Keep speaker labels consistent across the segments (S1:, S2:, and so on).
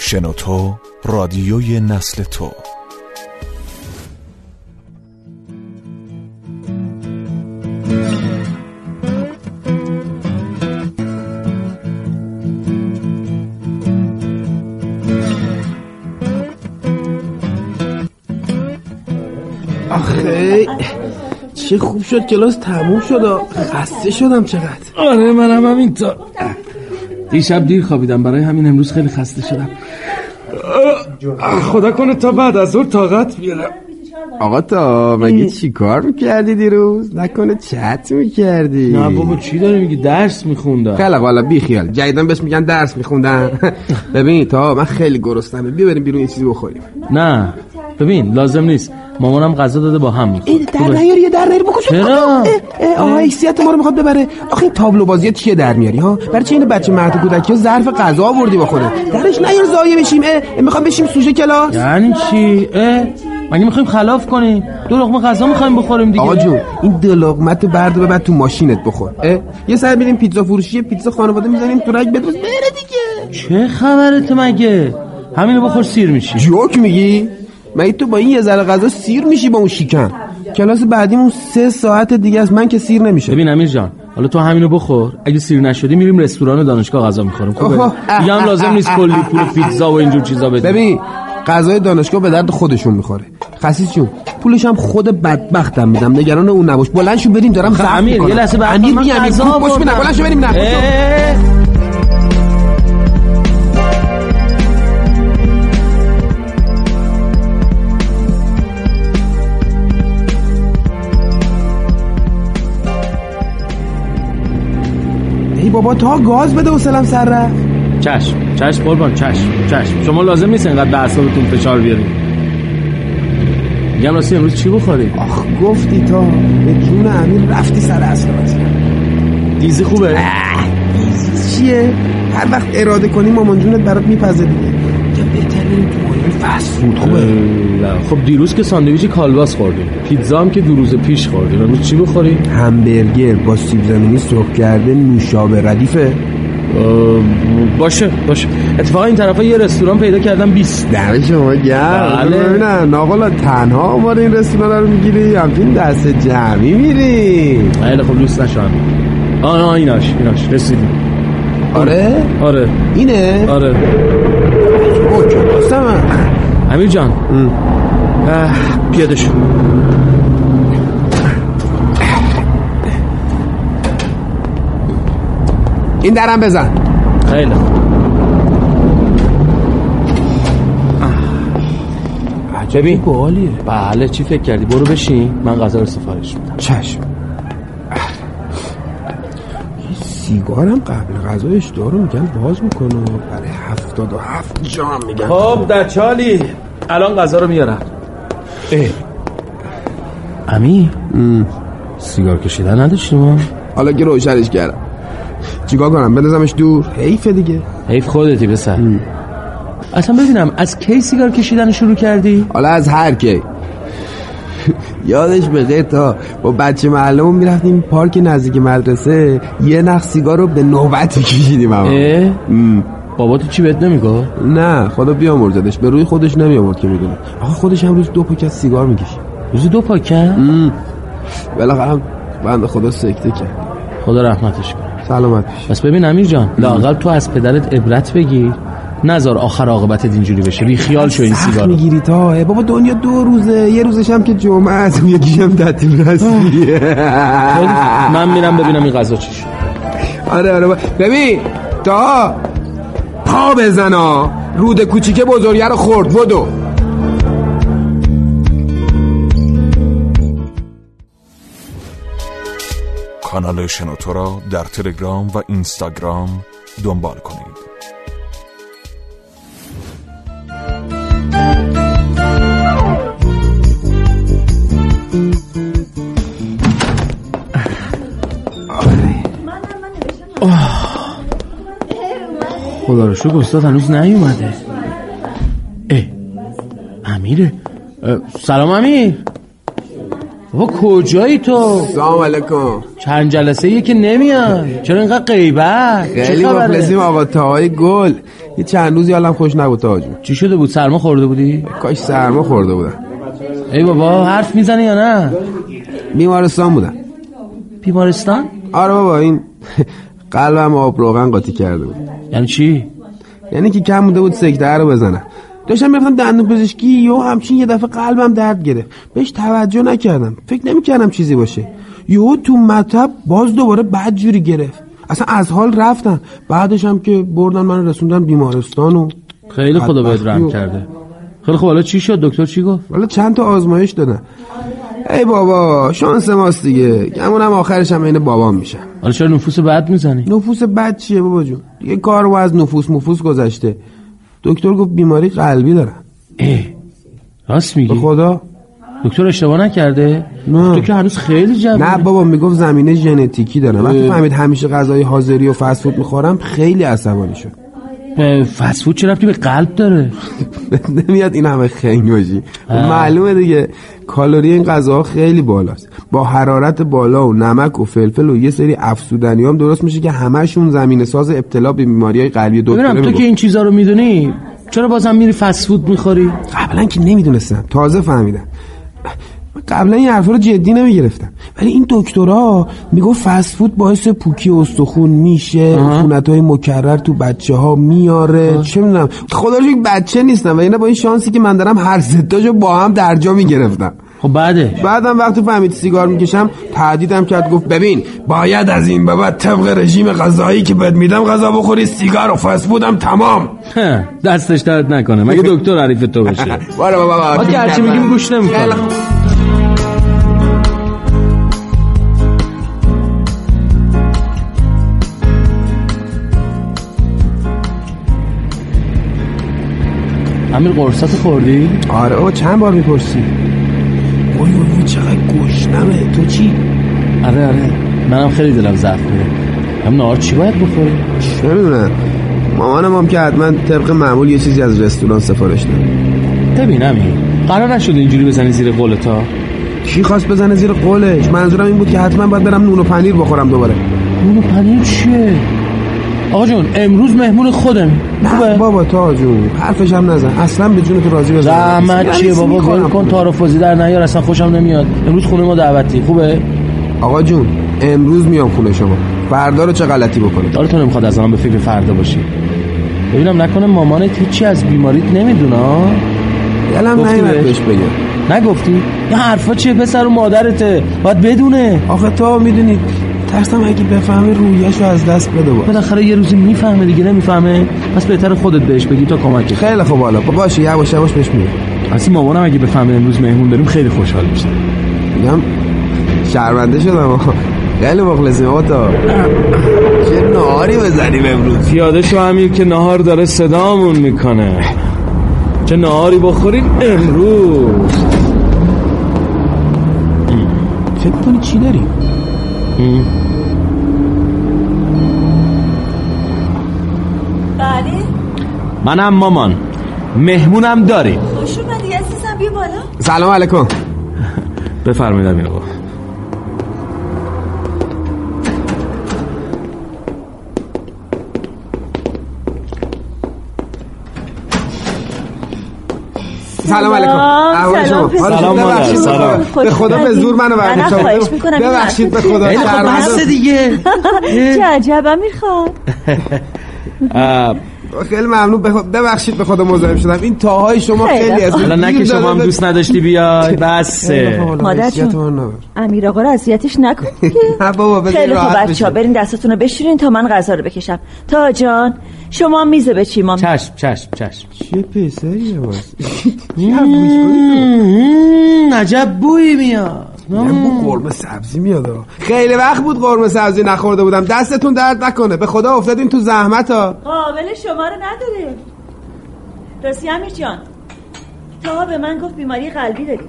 S1: شنوتو رادیوی نسل تو
S2: آخه چه خوب شد کلاس تموم شد و خسته شدم چقدر
S3: آره منم همین تا دیشب دیر خوابیدم برای همین امروز خیلی خسته شدم آه، خدا کنه تا بعد از ظهر طاقت بیارم
S4: آقا تا مگه چی کار میکردی دیروز نکنه چت میکردی
S3: نه بابا چی داری میگی درس میخوندم
S4: خیلی والا بی خیال جدیدن بهش میگن درس میخوندن ببین تا من خیلی گرسنمه بیا بریم بیرون یه چیزی بخوریم
S3: نه ببین لازم نیست مامانم غذا داده با هم میخورد
S4: در نیاری یه در نیاری بکش
S3: چرا؟
S4: آقا حیثیت ما رو میخواد ببره آخه این تابلو بازی چیه در میاری ها برای چه این بچه مرد کودکی ها ظرف غذا آوردی با خودت درش نیار زایه بشیم اه، میخوام بشیم سوژه کلاس
S3: یعنی چی اه مگه میخوایم خلاف کنیم دو لقمه غذا میخوایم بخوریم دیگه
S4: آقا جون این دو لقمه رو برد و ببر تو ماشینت بخور اه، یه سر بریم پیتزا فروشی یه پیتزا خانواده میزنیم تو رگ بدوز بره دیگه
S3: چه خبرت مگه همینو بخور سیر میشی
S4: جوک میگی مگه تو با این یه ذره غذا سیر میشی با اون شیکن کلاس بعدیمون سه ساعت دیگه است من که سیر نمیشه
S3: ببین امیر جان حالا تو همینو بخور اگه سیر نشدی میریم رستوران و دانشگاه غذا میخوریم خوبه
S4: آها.
S3: دیگه هم لازم نیست کلی پول پیتزا و اینجور چیزا بدیم
S4: ببین غذای دانشگاه به درد خودشون میخوره خسیس جون پولش هم خود بدبختم میدم نگران اون نباش بلند شو بریم دارم ضعف
S3: خب، امیر،
S4: می‌کنم.
S3: یه لحظه به
S4: امیر
S3: من
S4: بیا امیر
S3: غذا
S4: خوب باش
S3: آوردم.
S4: بینم. بلند شو بریم نه خوب شو.
S3: اه.
S4: ای بابا تا گاز بده و سلام سر رفت
S3: چشم چشم قربان چشم چشم شما لازم نیست اینقدر به اعصابتون فشار بیارید میگم راستی امروز چی بخورید
S4: آخ گفتی تا به جون امیر رفتی سر اصل بازی.
S3: دیزی خوبه
S4: چیه هر وقت اراده کنی مامان جونت برات میپزه دیگه یا بهتر بریم تو مایل فست فود خوبه
S3: نه. خب دیروز که ساندویچ کالباس خوردیم پیتزا هم که دو روز پیش خوردیم امروز چی بخوریم
S4: همبرگر با سیب زمینی سرخ کرده نوشابه ردیفه
S3: اه، باشه باشه اتفاقا این طرفا یه رستوران پیدا کردم 20
S4: دم شما گرم
S3: بله.
S4: ببینم ناقلا تنها آمار این رستوران رو میگیری همچین دست جمعی میری
S3: خیلی خب دوست نشم آه نه ایناش ایناش رسیدیم
S4: آره
S3: آره
S4: اینه
S3: آره
S4: اوکی راستم
S3: امیر جان اه، پیاده شو
S4: این درم بزن
S3: خیلی خوب. ببین
S4: گوالیه
S3: بله چی فکر کردی برو بشین من غذا رو سفارش میدم
S4: چشم این سیگارم قبل غذایش دارو میگن باز میکنه برای هفتاد و هفت جام میگن
S3: خب دچالی الان غذا رو میارم امی سیگار کشیدن نداشتی ما
S4: حالا که روشنش کردم چیکار کنم بندازمش دور حیفه دیگه
S3: حیف خودتی پسر اصلا ببینم از کی سیگار کشیدن شروع کردی
S4: حالا از هر کی یادش بخیر تا با بچه معلمون میرفتیم پارک نزدیک مدرسه یه نخ سیگار رو به نوبت میکشیدیم اما
S3: اه؟ بابات چی بهت نمیگه
S4: نه خدا بیامرزدش به روی خودش نمیامرد که میدونه آخه خودش هم روز دو پاکت سیگار میکشه
S3: روزی دو پاکت
S4: بالاخره هم بند خدا سکته کرد
S3: خدا رحمتش کنه
S4: سلامت بشه
S3: پس ببین امیر جان لااقل تو از پدرت عبرت بگیر نزار آخر عاقبتت اینجوری بشه بی خیال شو این
S4: سخت
S3: سیگار
S4: میگیری تا اه، بابا دنیا دو روزه یه روزش هم که جمعه است اون یکیش هم تعطیل رسمیه
S3: من میرم ببینم این غذا چی شد
S4: آره آره با- ببین تا پا بزنا رود کوچیکه بزرگه رو خورد بدو
S1: کانال شنوتو را در تلگرام و اینستاگرام دنبال کنید
S3: خدا رو شکر استاد هنوز نیومده اه امیره اه، سلام امیر بابا کجایی تو
S4: سلام علیکم
S3: چند جلسه یه که نمیان چرا اینقدر غیبت چه
S4: خیلی
S3: خبره؟
S4: مخلصیم آقا تاهای گل یه چند روزی حالم خوش نبود تاها جون
S3: چی شده بود سرما خورده بودی
S4: کاش سرما خورده بودم
S3: ای بابا حرف میزنه یا نه
S4: بیمارستان بودم
S3: بیمارستان
S4: آره بابا این قلبم آب روغن قاطی کرده بود
S3: یعنی چی
S4: یعنی که کم مونده بود سکته رو بزنم داشتم میرفتم دندون پزشکی یا همچین یه دفعه قلبم درد گرفت بهش توجه نکردم فکر نمیکردم چیزی باشه یهو تو مطب باز دوباره بد جوری گرفت اصلا از حال رفتم بعدش هم که بردن من رسوندن بیمارستان و
S3: خیلی
S4: خب،
S3: خدا بهت
S4: بدبختی
S3: رحم
S4: و-
S3: کرده خیلی خب حالا چی شد دکتر چی گفت
S4: حالا چند تا آزمایش دادن ای بابا شانس ماست دیگه گمونم آخرش هم عین بابام میشم
S3: حالا چرا نفوس بد میزنی
S4: نفوس بد چیه بابا جون دیگه کار ما از نفوس مفوس گذشته دکتر گفت بیماری قلبی دارم
S3: ای راست
S4: به
S3: میگی
S4: خدا
S3: دکتر اشتباه نکرده
S4: نه.
S3: تو که هنوز خیلی جوونی
S4: نه بابا میگفت زمینه ژنتیکی دارم وقتی فهمید همیشه غذای حاضری و فست فود میخورم خیلی عصبانی شد
S3: اه، فست فود چه ربطی به قلب داره
S4: نمیاد این همه خنگ باشی معلومه دیگه کالری این غذاها خیلی بالاست با حرارت بالا و نمک و فلفل و یه سری افسودنی هم درست میشه که همشون زمینه ساز ابتلا به بیماری های قلبی دکتر
S3: ببینم تو که این چیزا رو میدونی چرا بازم میری فست فود میخوری
S4: قبلا که نمیدونستم تازه فهمیدم قبلا این حرفا رو جدی نمیگرفتم ولی این دکترا میگفت فست فود باعث پوکی استخون میشه خونت های مکرر تو بچه ها میاره چه میدونم خدا رو شکر بچه نیستم و اینا با این شانسی که من دارم هر ستاشو با هم درجا میگرفتم
S3: خب بعده
S4: بعدم وقتی فهمید سیگار میکشم تهدیدم کرد گفت ببین باید از این به بعد طبق رژیم غذایی که بهت میدم غذا بخوری سیگار و فست فودم تمام
S3: دستش درد نکنه مگه دکتر حریف تو بشه
S4: باره بابا
S3: ما خب. که هرچی میگیم گوش نمیکنه امیر قرصت خوردی؟
S4: آره بابا چند بار میپرسی اوی اوی چقدر گشنمه تو چی؟
S3: آره آره منم خیلی دلم ضعف میره هم نهار چی باید بخوری؟
S4: چه میدونم مامانم هم که حتما طبق معمول یه چیزی از رستوران سفارش داد
S3: ببینم این قرار نشد اینجوری بزنی زیر قولتا
S4: کی خواست بزنه زیر قولش منظورم این بود که حتما باید برم نون و پنیر بخورم دوباره
S3: نون و پنیر چیه؟ آقا جون امروز مهمون خودم
S4: نه
S3: خوبه؟
S4: بابا تا جون حرفش هم نزن اصلا به جون تو راضی یعنی بزن
S3: زحمت چیه بابا گل کن
S4: تا
S3: تعارف بازی در نیار اصلا خوشم نمیاد امروز خونه ما دعوتی خوبه
S4: آقا جون امروز میام خونه شما فردا رو چه غلطی بکنید
S3: داره تو نمیخواد از آن به فکر فردا باشی ببینم نکنه مامانت هیچی از بیماریت نمیدونه
S4: دلم
S3: گفتی
S4: نیومد
S3: بهش؟
S4: بهش بگم
S3: نگفتی؟ نه حرفا چیه پسر و مادرته باید بدونه
S4: آخه تا میدونی ترسم اگه بفهمه رویش رو از دست بده با.
S3: بالاخره یه روزی میفهمه دیگه نمیفهمه پس بهتر خودت بهش بگی تا کمک کنه
S4: خیلی خوب حالا خب باشه یواش یواش بهش میگم
S3: اصلا مامانم اگه بفهمه امروز مهمون داریم خیلی خوشحال میشه
S4: میگم شرمنده شدم آقا. خیلی مخلصیم آقا تا چه نهاری بزنیم امروز
S3: پیاده شو امیر که نهار داره صدامون میکنه چه نهاری بخوریم امروز
S4: فکر میکنی چی داریم؟
S5: بله
S3: منم مامان مهمونم داریم
S5: خوش اومدی عزیزم بیا بالا
S4: سلام علیکم
S3: بفرمایید امیر آقا
S4: سلام علیکم احوال شما
S5: سلام،
S4: حالتون
S3: سلام،
S4: ببخشید،
S3: مادر.
S4: بخدا.
S3: سلام.
S5: خوش
S4: به خدا به
S5: اومدی.
S4: زور منو
S5: منم
S4: برداشت
S5: خواهش می‌کنم،
S4: ببخشید به خدا
S5: ببخشید. خب،
S4: شرمنده.
S5: بس
S3: دیگه
S5: چه عجب امیر خان
S4: خیلی ممنون به خدا- ببخشید به خدا مزاحم شدم این تاهای شما
S5: خیلی
S4: خیلی هست
S5: خوب.
S3: حالا نکه
S4: دیر
S3: شما
S4: دادم
S3: هم
S4: به-
S3: دوست نداشتی بیای
S4: خیلی
S3: بسه
S4: خوب، حالا
S5: مادر
S4: حیثیت
S5: جون.
S4: من نبر.
S5: امیر آقا رو اذیتش نکن دیگه
S4: نه بابا، بذارین
S5: خیلی خوب
S4: راحت
S5: بچه‌ها
S4: بشین.
S5: برین دستاتون رو بشورین تا من غذا رو بکشم تا جان شما هم میزه بچی مام
S3: چشم چشم چشم
S4: چه پسریه باز
S3: عجب بویی میاد
S4: بو یعنی قرمه سبزی میاد آقا. خیلی وقت بود قرمه سبزی نخورده بودم دستتون درد نکنه به خدا افتادین تو زحمت ها
S5: قابل شما رو نداره راستی امیر جان تا به من گفت بیماری قلبی داری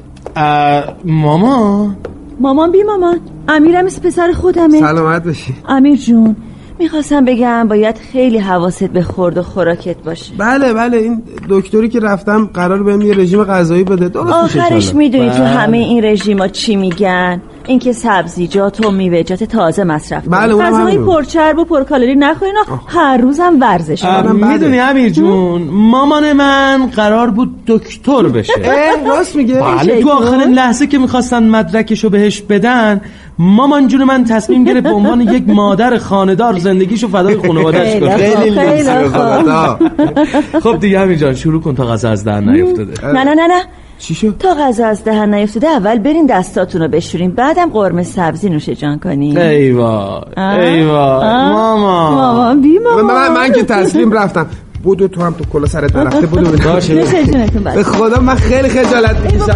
S3: ماما
S5: مامان بی مامان امیرم مثل پسر خودمه
S4: سلامت باشی
S5: امیر جون میخواستم بگم باید خیلی حواست به خورد و خوراکت باشه
S4: بله بله این دکتری که رفتم قرار بهم یه رژیم غذایی بده درست میشه
S5: آخرش
S4: انشالله.
S5: میدونی تو همه این رژیما چی میگن اینکه سبزیجات و میوه‌جات تازه مصرف کنی
S4: بله، اونم
S5: غذاهای
S4: همینه.
S5: پرچرب و پرکالری نخورین و هر روزم ورزش
S3: اه،
S5: کنین.
S4: بله.
S3: میدونی امیر جون مامان من قرار بود دکتر بشه
S4: اه، راست میگه
S3: بله تو آخرین لحظه که میخواستن مدرکشو بهش بدن مامان جون من تصمیم گرفت به عنوان یک مادر خاندار زندگیشو فدای خانوادهش
S5: خیلی
S3: کنه
S5: خیلی
S4: خیلی لوسی
S5: خیلی
S4: به خدا.
S3: خب دیگه امیر جان شروع کن تا غذا از دهن نیفتاده
S5: نه نه نه نه
S4: چی شد
S5: تا غذا از دهن نیفتاده اول برین دستاتون رو بشورین بعدم قرمه سبزی نوشه جان کنین
S3: ای وای
S5: آه.
S3: ای وای
S5: آه.
S3: ماما
S5: مامان بی
S4: من,
S5: مامان
S4: من, من که تسلیم رفتم بودو تو هم تو کلا سرت نرفته بودو
S3: باشه
S5: نوشه جونتون بس.
S4: به خدا من خیلی خجالت میکشم